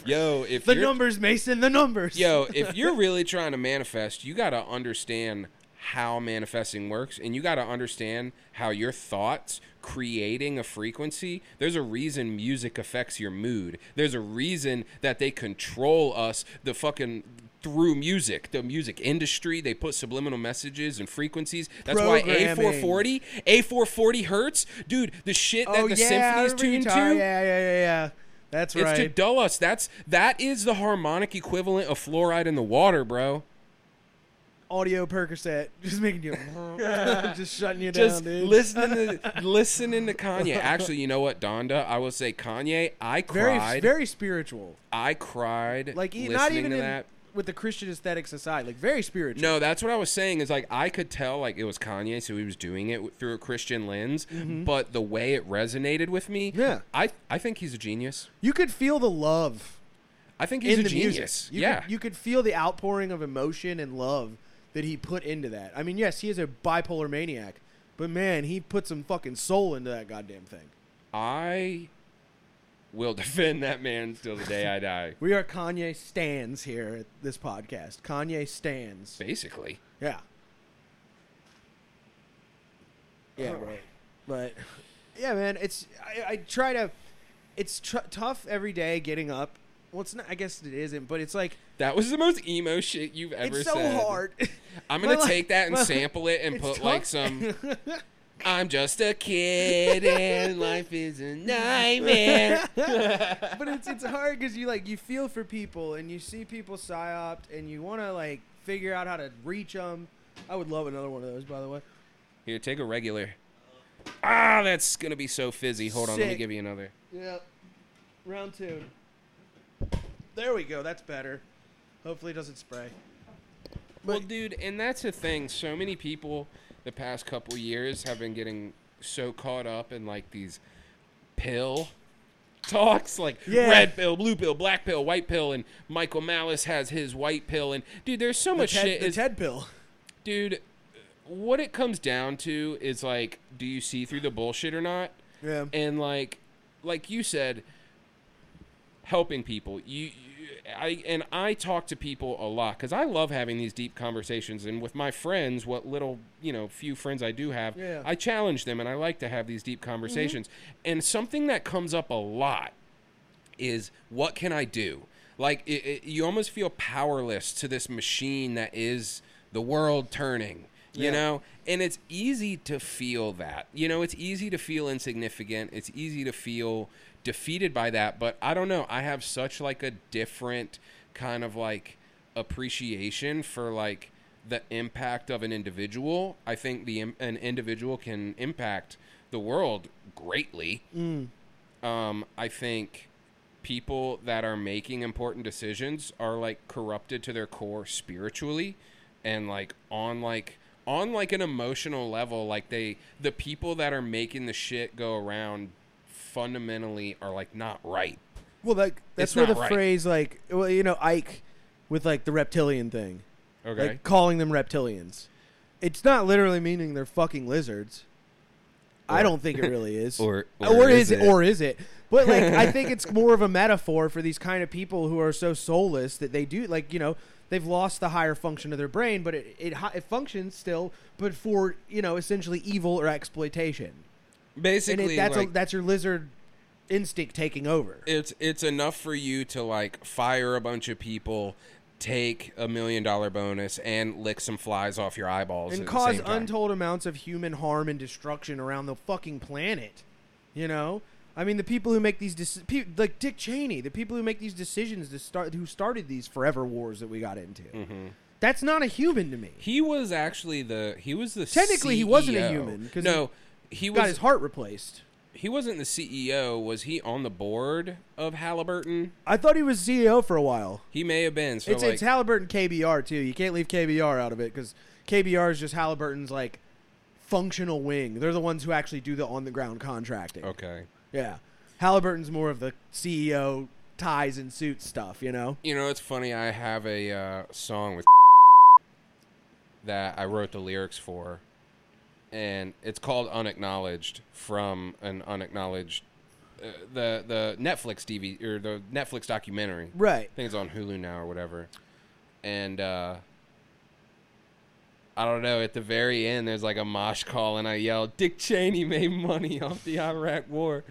Yo, if The you're, numbers, Mason. The numbers. yo, if you're really trying to manifest, you gotta understand how manifesting works, and you gotta understand how your thoughts creating a frequency. There's a reason music affects your mood. There's a reason that they control us. The fucking through music, the music industry, they put subliminal messages and frequencies. That's why Programming. A440 A440 hertz, dude. The shit that Oh the yeah, I symphony's remember you tuned ta- to. Yeah, yeah, yeah, yeah. That's It's right. to dull us. That's that is the harmonic equivalent of fluoride in the water, bro. Audio Percocet, just making you, just shutting you Just down, dude. listening to listening to Kanye. Actually, you know what, Donda? I will say Kanye. I very, cried. very spiritual. I cried. Like e- listening not even to in, that. with the Christian aesthetics aside, like very spiritual. No, that's what I was saying. Is like I could tell like it was Kanye, so he was doing it w- through a Christian lens. But the way it resonated with me, Mm-hmm. Yeah. I I think he's a genius. You could feel the love I think he's in a the genius. music. You yeah, could, you could feel the outpouring of emotion and love that he put into that. I mean, yes, he is a bipolar maniac, but man, he put some fucking soul into that goddamn thing. I will defend that man till the day I die. We are Kanye stands here at this podcast. Kanye stands. Basically. Yeah. Yeah, bro. But yeah, man, it's I, I try to. It's tr- tough every day getting up. Well, it's not. I guess it isn't, but it's like That was the most emo shit you've ever it's so said. hard. I'm My gonna life- take that and my- sample it and it's put tough. like some. I'm just a kid and life is a nightmare. but it's it's hard because you like you feel for people and you see people psyoped and you want to like figure out how to reach them. I would love another one of those, by the way. Here, take a regular. Ah, that's gonna be so fizzy. Hold on, let me Sick. give you another. Yeah. Round two. There we go. That's better. Hopefully, it doesn't spray. But- well, dude, and that's the thing. So many people the past couple years have been getting so caught up in like these pill talks, like Yeah. red pill, blue pill, black pill, white pill, and Michael Malice has his white pill. And dude, there's so The much Ted, shit. the is, Ted pill. dude, what it comes down to is like, do you see through the bullshit or not? Yeah. and like like you said helping people you, you i and i talk to people a lot because i love having these deep conversations and with my friends what little you know few friends i do have Yeah. Mm-hmm. i challenge them and i like to have these deep conversations and something that comes up a lot is what can I do? Like it, it, you almost feel powerless to this machine that is the world turning, you Yeah. know? And it's easy to feel that. You know, it's easy to feel insignificant. It's easy to feel defeated by that, but I don't know. I have such like a different kind of like appreciation for like the impact of an individual. I think the im- an individual can impact the world greatly um, I think people that are making important decisions are like corrupted to their core spiritually and like on like on like an emotional level like they the people that are making the shit go around fundamentally are like not right Well, like that's It's where the not right. phrase like well, you know, Ike with like the reptilian thing, okay like calling them reptilians. It's not literally meaning they're fucking lizards. I Or- don't think it really is. or- Uh, or is, is it it? or is it? But like I think it's more of a metaphor for these kind of people who are so soulless that they do like, you know, they've lost the higher function of their brain, but it it, hi- it functions still but for, you know, essentially evil or exploitation. And basically it, that's like, a, that's your lizard instinct taking over. it's it's enough for you to like fire a bunch of people take a million dollar bonus and lick some flies off your eyeballs and at the cause same time. untold amounts of human harm and destruction around the fucking planet. You know, I mean, the people who make these deci- pe- like Mm-hmm. Dick Cheney, the people who make these decisions to start, who started these forever wars that we got into. That's not a human to me. He was actually the he was the Technically, he wasn't a CEO. human, 'cause No, he Got his was heart replaced. he wasn't the CEO. Was he on the board of Halliburton? I thought he was CEO for a while. He may have been. So It's like, it's Halliburton KBR too. You can't leave KBR out of it because KBR is just Halliburton's like functional wing. They're the ones who actually do the on the ground contracting. okay. Yeah, Halliburton's more of the CEO ties and suits stuff. You know. You know, it's funny. I have a uh, song with that I wrote the lyrics for, and it's called "Unacknowledged" from an unacknowledged uh, the the Netflix TV or the Netflix documentary. Right. I think it's on Hulu now or whatever. And uh I don't know, at the very end there's like a mosh call and I yell, Dick Cheney made money off the Iraq war.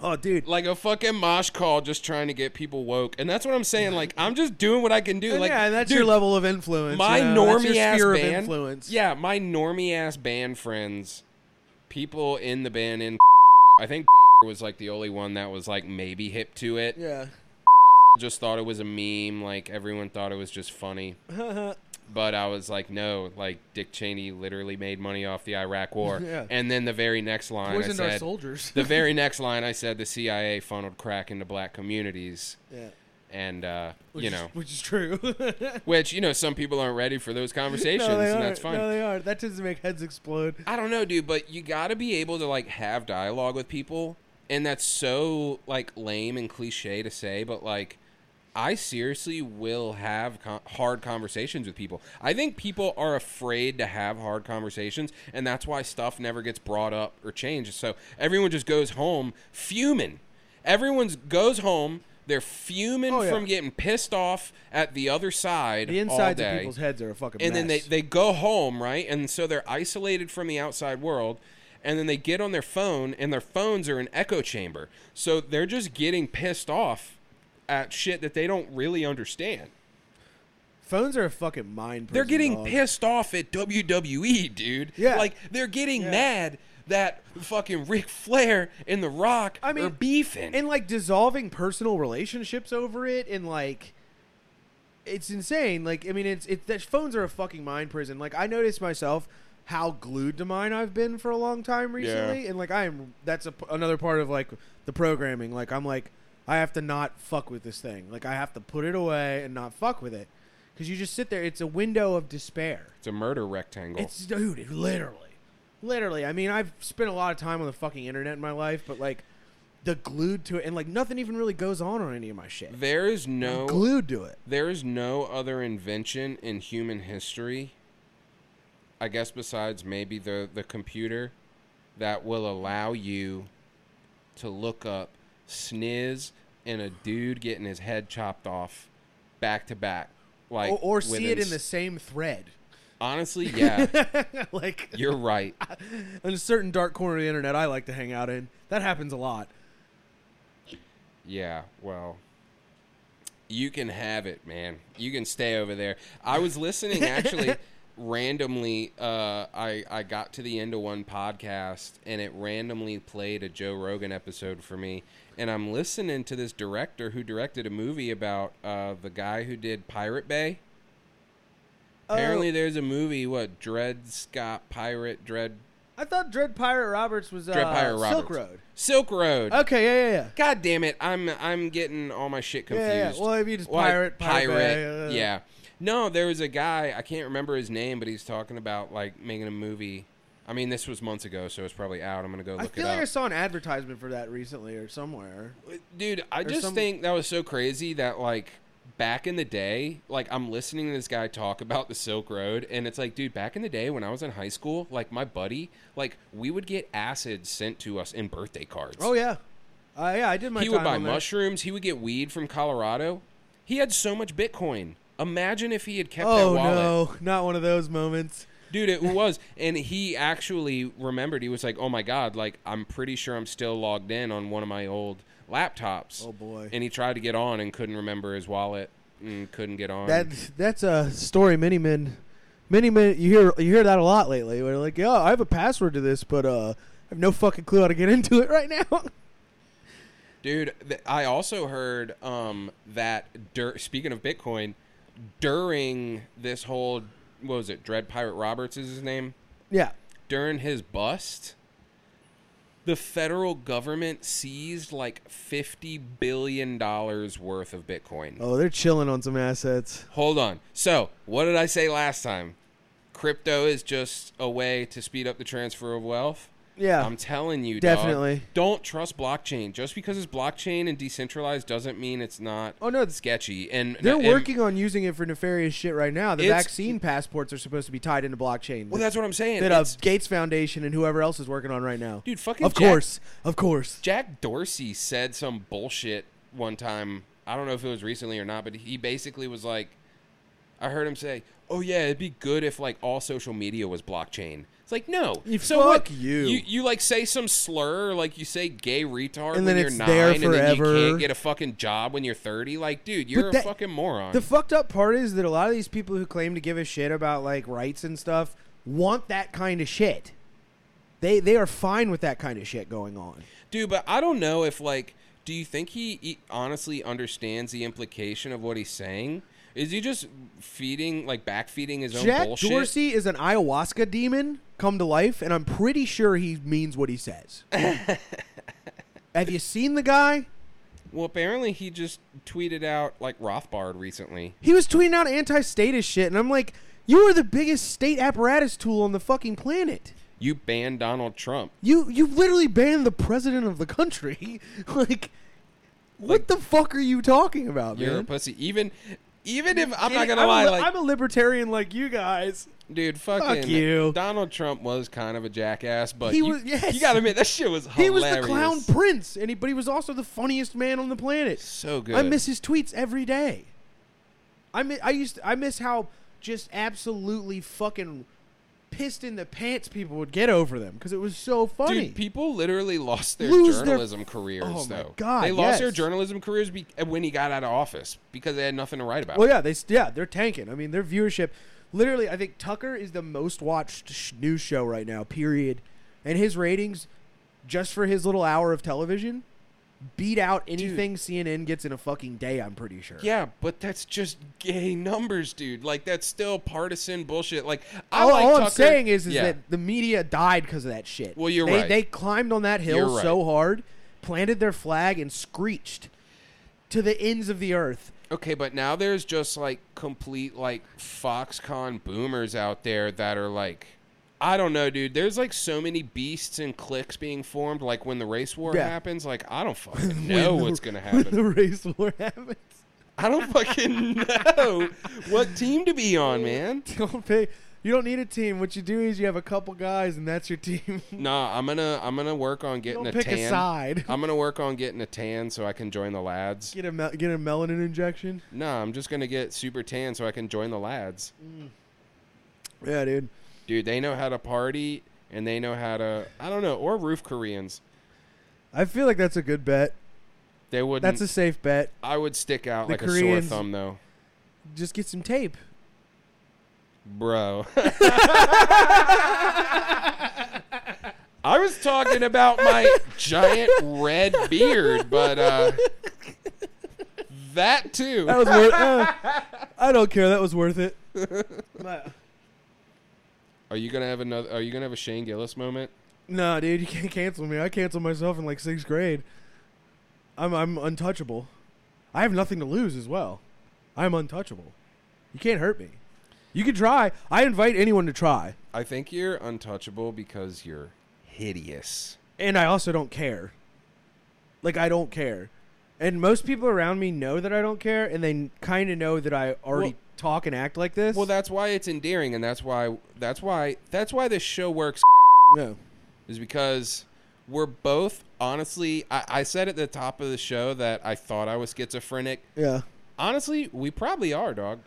Oh, dude. Like a fucking mosh call just trying to get people woke. And that's what I'm saying, like I'm just doing what I can do. And Like yeah, and that's dude, your level of influence. My you know? That's normie your ass sphere band. of influence. Yeah, my normie ass band friends, people in the band in I think was like the only one that was like maybe hip to it. Yeah. Just thought it was a meme, like everyone thought it was just funny. But I was like, no, like Dick Cheney literally made money off the Iraq War. Yeah. And then the very next line, Poisoned I our said, soldiers. the very next line, I said the CIA funneled crack into black communities, yeah. and uh, Which you is- know, which is true. which you know, some people aren't ready for those conversations, no, they and are. that's fine. No, they are. That tends to make heads explode. I don't know, dude, but you got to be able to like have dialogue with people, and that's so like lame and cliche to say, but like I seriously will have con- hard conversations with people. I think people are afraid to have hard conversations, and that's why stuff never gets brought up or changed. So everyone just goes home fuming. Everyone's goes home. They're fuming Oh, yeah. from getting pissed off at the other side. The all insides day of people's heads are a fucking and mess. then they, they go home right and so they're isolated from the outside world and then they get on their phone and their phones are an echo chamber so they're just getting pissed off at shit that they don't really understand Phones are a fucking mind. they're prison, getting dog. pissed off at WWE, dude. Yeah. Like they're getting mad that fucking Ric Flair and The Rock I mean, are beefing. and like dissolving personal relationships over it, and like it's insane. Like I mean, it's it. That phones are a fucking mind prison. Like I noticed myself how glued to mine I've been for a long time recently, and like I am. That's a p another part of like the programming. Like I'm like I have to not fuck with this thing. Like I have to put it away and not fuck with it, because you just sit there. It's a window of despair. it's a murder rectangle. It's dude, it literally, literally. I mean, I've spent a lot of time on the fucking internet in my life, but like the glued to it, and like nothing even really goes on on any of my shit. there is no Glued to it. There is no other invention in human history, I guess, besides maybe the, the computer, that will allow you to look up sniz and a dude getting his head chopped off back to back. Like Or, or see it within in the s- same thread. honestly, yeah, like you're right. in a certain dark corner of the internet I like to hang out in. That happens a lot. Yeah, well, you can have it, man. You can stay over there. I was listening actually randomly. Uh, I I got to the end of one podcast and it randomly played a Joe Rogan episode for me, and I'm listening to this director who directed a movie about uh, the guy who did Pirate Bay. Oh. Apparently, there's a movie. What Dred Scott Pirate Dred I thought Dread Pirate Roberts was uh, Dred Pirate Roberts Silk Road. Oh, Silk Road. Okay, yeah, yeah, yeah. God damn it! I'm I'm getting all my shit confused. Yeah, yeah. Well, if you just Why- pirate, pirate, uh, yeah. No, there was a guy I can't remember his name, but he's talking about like making a movie. I mean, this was months ago, so it's probably out. I'm gonna go I look feel it like I up. Uh, saw an advertisement for that recently or somewhere. Dude, I just some- think that was so crazy that like back in the day, like I'm listening to this guy talk about the Silk Road, and it's like, dude, back in the day when I was in high school, like my buddy, like we would get acid sent to us in birthday cards. Oh yeah, uh, yeah. I did my. he would time buy on that. mushrooms. He would get weed from Colorado. He had so much Bitcoin. Imagine if he had kept Oh that wallet, no, not one of those moments. dude. It was, and he actually remembered. He was like, "Oh my god! Like I'm pretty sure I'm still logged in on one of my old laptops." Oh, boy. And he tried to get on and couldn't remember his wallet and couldn't get on. That that's a story many men many men you hear you hear that a lot lately. Where they're like, yeah, I have a password to this, but uh I have no fucking clue how to get into it right now. Dude, th- I also heard um, that dur- speaking of Bitcoin, during this whole what was it dread pirate roberts is his name Yeah. during his bust the federal government seized like 50 billion dollars worth of bitcoin Oh, they're chilling on some assets. hold on so what did i say last time crypto is just a way to speed up the transfer of wealth Yeah. I'm telling you, dog. Definitely. don't trust blockchain. Just because it's blockchain and decentralized doesn't mean it's not oh no, it's- sketchy. And they're and- working on using it for nefarious shit right now. The It's- vaccine passports are supposed to be tied into blockchain. Well, that's what I'm saying. that uh, It's- Gates Foundation and whoever else is working on right now. dude, fucking of Jack- course, of course. Jack Dorsey said some bullshit one time. I don't know if it was recently or not, but he basically was like, I heard him say, "Oh yeah, it'd be good if like all social media was blockchain." It's like no, You- so what? fuck you. you. You like say some slur, like you say "gay And retard" when then you're it's nine, there and then you forever. can't get a fucking job when you're thirty. Like, dude, you're that- a fucking moron. The fucked up part is that a lot of these people who claim to give a shit about like rights and stuff want that kind of shit. They they are fine with that kind of shit going on. Dude, but I don't know if like, do you think he, he honestly understands the implication of what he's saying? Is he just feeding like backfeeding his own Jack bullshit? Dorsey is an ayahuasca demon come to life, and I'm pretty sure he means what he says. Have you seen the guy? Well, apparently he just tweeted out like Rothbard recently. He was tweeting out anti-statist shit, and I'm like, you are the biggest state apparatus tool on the fucking planet. You banned Donald Trump. You you literally banned the president of the country. like, what Like- the fuck are you talking about, You're a man? pussy. Even, even if I'm not And gonna lie, a, li- like I'm a libertarian like you guys. dude, fucking you. Donald Trump was kind of a jackass, but He you, was- yes. you gotta admit that shit was He was hilarious. the clown prince, and he, but he was also the funniest man on the planet. So good. I miss his tweets every day. I miss, I used to, I miss how just absolutely fucking pissed in the pants people would get over them because it was so funny. Dude, people literally lost their Lose their- journalism careers. Oh my though. God, they lost their yes. journalism careers be- uh, when he got out of office because they had nothing to write about. well, yeah, they s- yeah they're tanking. I mean, their viewership. Literally, I think Tucker is the most watched sh- news show right now. Period. And his ratings, just for his little hour of television, beat out anything CNN gets in a fucking day. I'm pretty sure. Yeah, but that's just gay numbers, dude. Like that's still partisan bullshit. Like I all, like all Tucker. I'm saying is, is Yeah. that the media died because of that shit. Well, you're they, right. They climbed on that hill You're so right. hard, planted their flag, and screeched to the ends of the earth. Okay, but now there's just like complete like Foxconn boomers out there that are like I don't know, dude. There's like so many beasts and cliques being formed like when the race war Yeah. happens, like I don't fucking know what's going to happen. the race war happens. I don't fucking know what team to be on, man. Don't pay. You don't need a team. What you do is you have a couple guys, and that's your team. Nah, I'm gonna I'm gonna work on getting don't a pick tan. a side. I'm gonna work on getting a tan so I can join the lads. Get a mel- get a melanin injection. Nah, I'm just gonna get super tan so I can join the lads. Yeah, dude. Dude, they know how to party and they know how to I don't know or roof Koreans. I feel like that's a good bet. They wouldn't. That's a safe bet. I would stick out the like a Koreans- sore thumb though, Just get some tape. bro. I was talking about my giant red beard, but uh, that too. That was worth. uh, I don't care. That was worth it. But- Are you gonna have another? Are you gonna have a Shane Gillis moment? No, dude, you can't cancel me. I canceled myself in like sixth grade. I'm I'm untouchable. I have nothing to lose as well. I'm untouchable. You can't hurt me. You can try. I invite anyone to try. I think you're untouchable because you're hideous. And I also don't care. Like I don't care. And most people around me know that I don't care and they kind of know that I already Well- talk and act like this. Well, that's why it's endearing, and that's why that's why that's why this show works. no. is because we're both honestly. I, I said at the top of the show that I thought I was schizophrenic. Yeah. Honestly, we probably are, dog.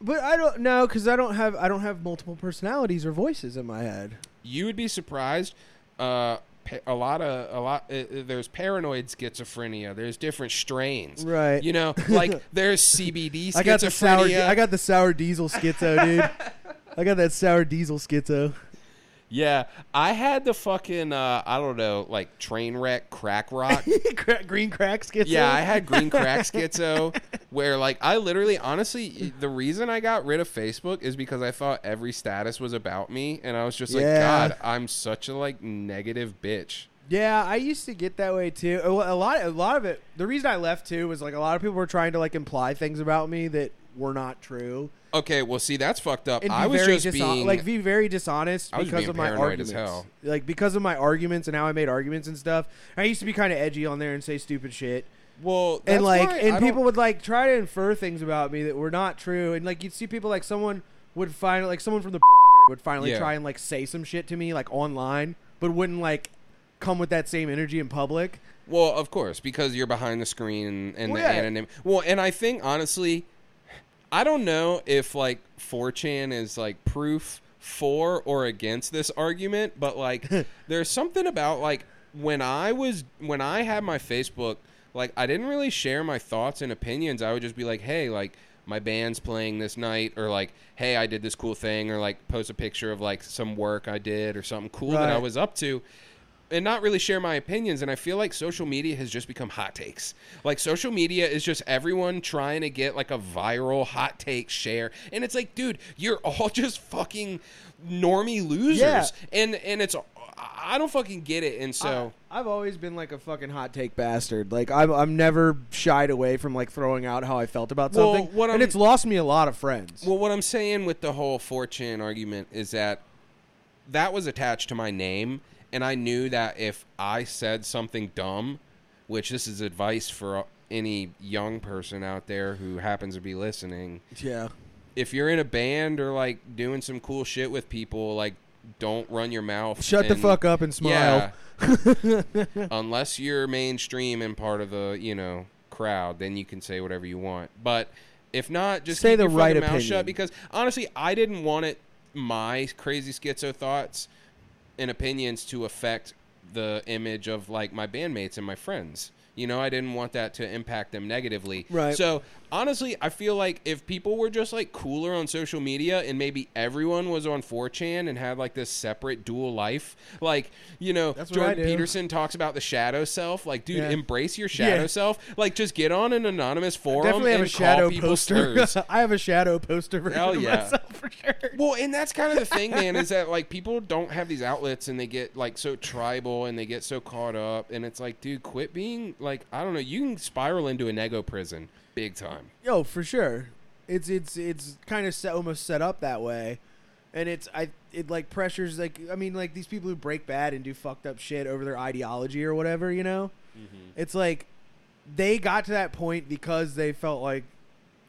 But I don't know cuz I don't have I don't have multiple personalities or voices in my head. You would be surprised. Uh, pa- a lot of a lot. Uh, uh, there's paranoid schizophrenia. There's different strains. Right. You know, like there's CBD schizophrenia. I got the sour. I got the sour diesel schizo, dude. I got that sour diesel schizo. Yeah, I had the fucking uh, I don't know, like train wreck crack rock. Cra- Green cracks gets yeah, in. I had green crack schizo where like I literally honestly the reason I got rid of Facebook is because I thought every status was about me and I was just like Yeah. god, I'm such a like negative bitch. Yeah, I used to get that way too. A lo- a lot, a lot of it. The reason I left too was like a lot of people were trying to like imply things about me that were not true, Okay, well see that's fucked up. and be I was very just diso- being like be very dishonest I was because being of my paranoid as arguments. hell. Like because of my arguments and how I made arguments and stuff. I used to be kind of edgy on there and say stupid shit, well that's and like why I and don't- people would like try to infer things about me that were not true, and like you'd see people like someone would find like someone from the would finally Yeah. try and like say some shit to me like online, but wouldn't like come with that same energy in public. Well, of course, because you're behind the screen and, and Well, the yeah. anonym. Well, and I think honestly, I don't know if like 4chan is like proof for or against this argument, but like there's something about like when I was when I had my Facebook, like I didn't really share my thoughts and opinions. I would just be like, hey, like my band's playing this night or like hey i did this cool thing or like post a picture of like some work i did or something cool that i Right. was up to and not really share my opinions. And I feel like social media has just become hot takes. Like social media is just everyone trying to get like a viral hot take share. And it's like, dude, you're all just fucking normie losers. Yeah. And and it's I don't fucking get it. And so I, have always been like a fucking hot take bastard. Like I'm, I'm never shied away from like throwing out how I felt about Well, something, what I'm- and it's lost me a lot of friends. well, what I'm saying with the whole fortune argument is that that was attached to my name, and I knew that if I said something dumb, which this is advice for any young person out there who happens to be listening, yeah, if you're in a band or like doing some cool shit with people, like don't run your mouth. shut the fuck up and smile. Yeah. Unless you're mainstream and part of the you know crowd, then you can say whatever you want. But if not, just Say keep the your fucking right mouth opinion. shut because honestly, I didn't want it. My crazy schizo thoughts and opinions to affect the image of like my bandmates and my friends. You know, I didn't want that to impact them negatively. Right. So honestly, I feel like if people were just like cooler on social media and maybe everyone was on 4chan and had like this separate dual life, like, you know, That's what I Jordan do. Peterson talks about the shadow self. Like, dude, Yeah. embrace your shadow Yeah. self. Like, just get on an anonymous forum Definitely have and a shadow call people poster. slurs. I have a shadow poster version Hell of yeah. myself for sure. Well, and that's kind of the thing, man, is that like people don't have these outlets and they get like so tribal and they get so caught up and it's like, dude, quit being like I don't know, you can spiral into an ego prison big time. Yo, for sure. It's it's it's kind of set, almost set up that way, and it's I it like pressures like I mean like these people who break bad and do fucked up shit over their ideology or whatever you know, it's like they got to that point because they felt like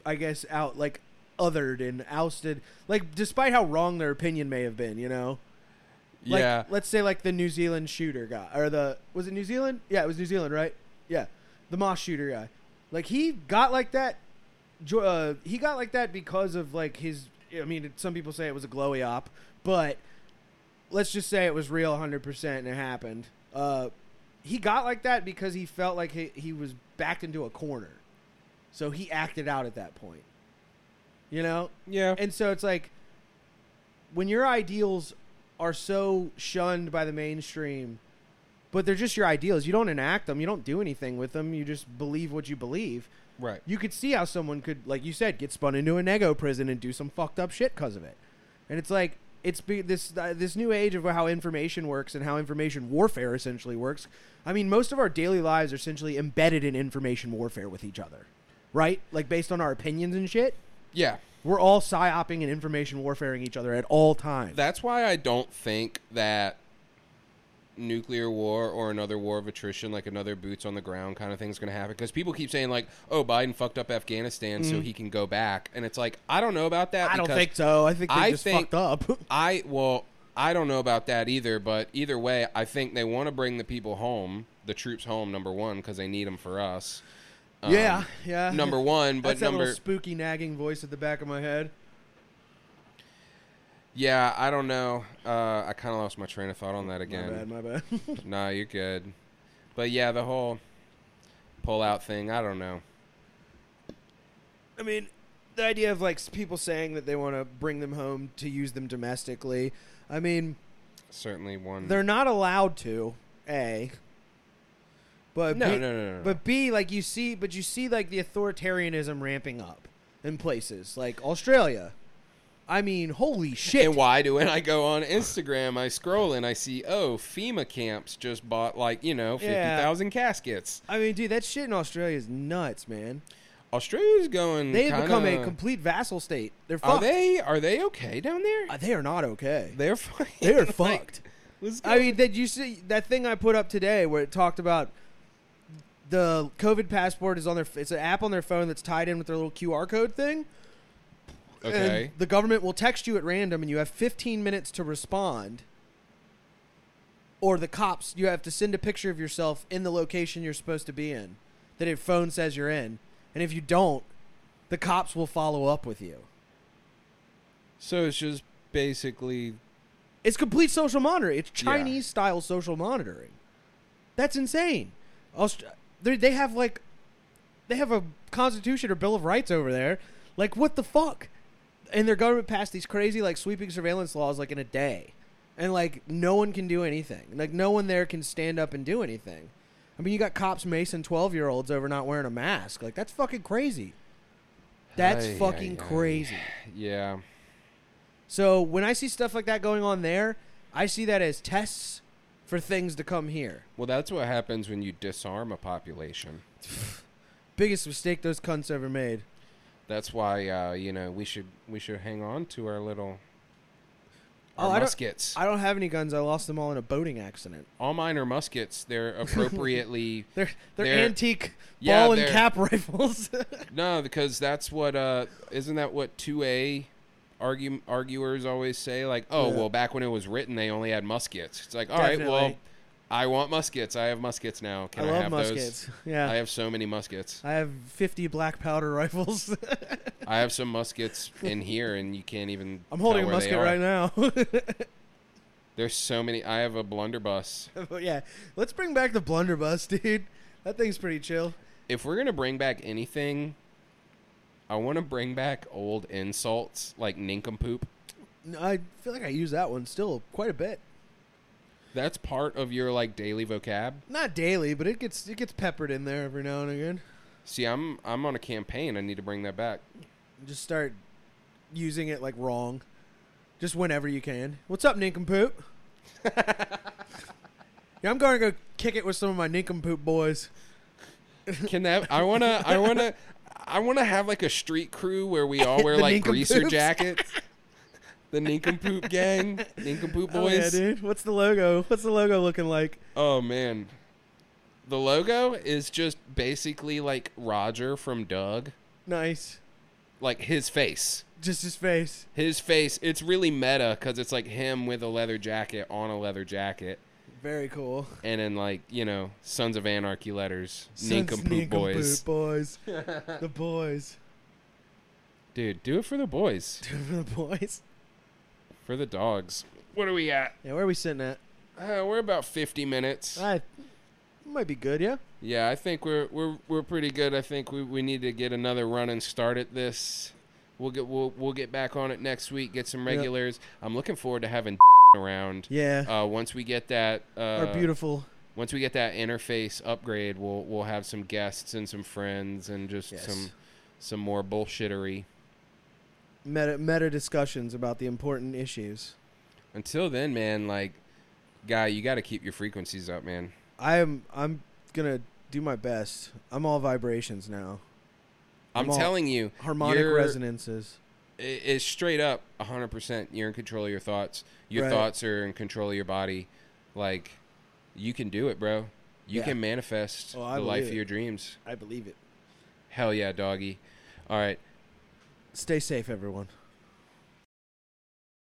I guess out like othered and ousted like despite how wrong their opinion may have been you know like, yeah. Let's say like the New Zealand shooter guy, or the was it New Zealand? Yeah, it was New Zealand, right? Yeah, the Moss shooter guy. Like he got like that. jo- Uh, he got like that because of like his. I mean, some people say it was a glowy op, but let's just say it was real 100% and it happened. Uh, he got like that because he felt like he, he was backed into a corner. So he acted out at that point. You know? Yeah. And so it's like when your ideals are so shunned by the mainstream, but they're just your ideals. You don't enact them, you don't do anything with them, you just believe what you believe. right. You could see how someone could, like you said, get spun into an ego prison and do some fucked up shit because of it. And it's like it's be, this uh, this new age of how information works and how information warfare essentially works. I mean, most of our daily lives are essentially embedded in information warfare with each other, right? Like based on our opinions and shit. Yeah. We're all psyoping and information warfaring each other at all times. That's why I don't think that nuclear war or another war of attrition, like another boots on the ground kind of thing, is going to happen. Because people keep saying like, "Oh, Biden fucked up Afghanistan, so he can go back," and it's like, I don't know about that. I don't because think so. I think they I just think- fucked up. I well, I don't know about that either. But either way, I think they want to bring the people home, the troops home. Number one, because they need them for us. Um, yeah, yeah. Number one, but That's that number little spooky nagging voice at the back of my head. yeah, I don't know. Uh, I kind of lost my train of thought on that My again. bad, my bad. No, you're good. But yeah, the whole pull out thing, I don't know. I mean, the idea of like s- people saying that they want to bring them home to use them domestically. I mean, certainly one. They're not allowed to. A. But No, B, no, no, no, no. But B, like you see, but you see, like the authoritarianism ramping up in places like Australia. I mean, holy shit! And why do when I go on Instagram, I scroll and I see, oh, FEMA camps just bought like you know fifty Yeah. thousand caskets. I mean, dude, that shit in Australia is nuts, man. Australia's going. They have Mm, kinda, become a complete vassal state. They're Are fucked. they are they okay down there? Uh, they are not okay. They're fucking. They are like, fucked. let's go. I mean, did you see that thing I put up today where it talked about the COVID passport is on their? It's an app on their phone that's tied in with their little QR code thing. and okay. the government will text you at random, and you have 15 minutes to respond. Or the cops, you have to send a picture of yourself in the location you're supposed to be in, that your phone says you're in, and if you don't, the cops will follow up with you. so it's just basically It's complete social monitoring. It's Yeah. Chinese style social monitoring. That's insane. Aust- they they have like, they have a constitution or bill of rights over there. Like what the fuck? And their government passed these crazy like sweeping surveillance laws like in a day, and like no one can do anything. Like no one there can stand up and do anything. I mean, you got cops macing twelve year olds over not wearing a mask. Like that's fucking crazy. That's Ay, ay, fucking ay. crazy. yeah. So when I see stuff like that going on there, I see that as tests for things to come here. Well, that's what happens when you disarm a population. Biggest mistake those cunts ever made. That's why uh, you know we should we should hang on to our little Oh, our I don't- muskets. I don't have any guns. I lost them all in a boating accident. All mine are muskets. They're appropriately They're they're, They're- antique Yeah, ball and they're- cap rifles. no, because that's what uh, isn't that what two A argu- arguers always say? Like, oh Yeah. well, back when it was written, they only had muskets. It's like, all right, well, Definitely. I want muskets. I have muskets now. I Can I, love have muskets. those? Yeah, I have so many muskets. I have 50 black powder rifles. I have some muskets in here, and you can't even. I'm holding a tell where they musket are. right now. There's so many. I have a blunderbuss. but yeah, let's bring back the blunderbuss, dude. That thing's pretty chill. if we're gonna bring back anything, I want to bring back old insults like nincompoop. No, I feel like I use that one still quite a bit. That's part of your like daily vocab. Not daily, but it gets it gets peppered in there every now and again. See, I'm I'm on a campaign. I need to bring that back. Just start using it like wrong, just whenever you can. What's up, nincompoop? yeah, I'm going to go kick it with some of my nincompoop boys. Can that? I wanna I wanna I wanna have like a street crew where we all wear The like greaser nincompoops. jackets. The nincompoop gang, nincompoop Oh yeah, boys. Oh, dude. What's the logo? What's the logo looking like? man, the logo is just basically like Roger from Doug, Nice. like his face. Just his face. his face it's really meta because it's like him with a leather jacket on a leather jacket Very cool. and then like you know sons of anarchy letters Since nincompoop nincompoop boys boys. the boys. dude do it for the boys the boys. for the dogs what are we at Yeah, where are we sitting at? uh, we're about 50 minutes I might be good, yeah. yeah i think we're we're, we're pretty good i think we, we need to get another run and start at this we'll get we'll, we'll get back on it next week get some Yep. regulars i'm looking forward to having around Yeah. uh, once we get that uh, Our beautiful once we get that interface upgrade, we'll we'll have some guests and some friends and just Yes. some some more bullshittery. meta meta discussions about the important issues. Until then, man, like guy, you got to keep your frequencies up, man. I am I'm gonna do my best. I'm all vibrations now. I'm, I'm all- telling you, Harmonic You're- resonances. i- it's straight up 100%. You're in control of your thoughts. Your Right. thoughts are in control of your body. Like you can do it, bro. You Yeah. can manifest Oh, I the life believe of it. your dreams. I believe it. Hell yeah, doggy. All right. Stay safe, everyone.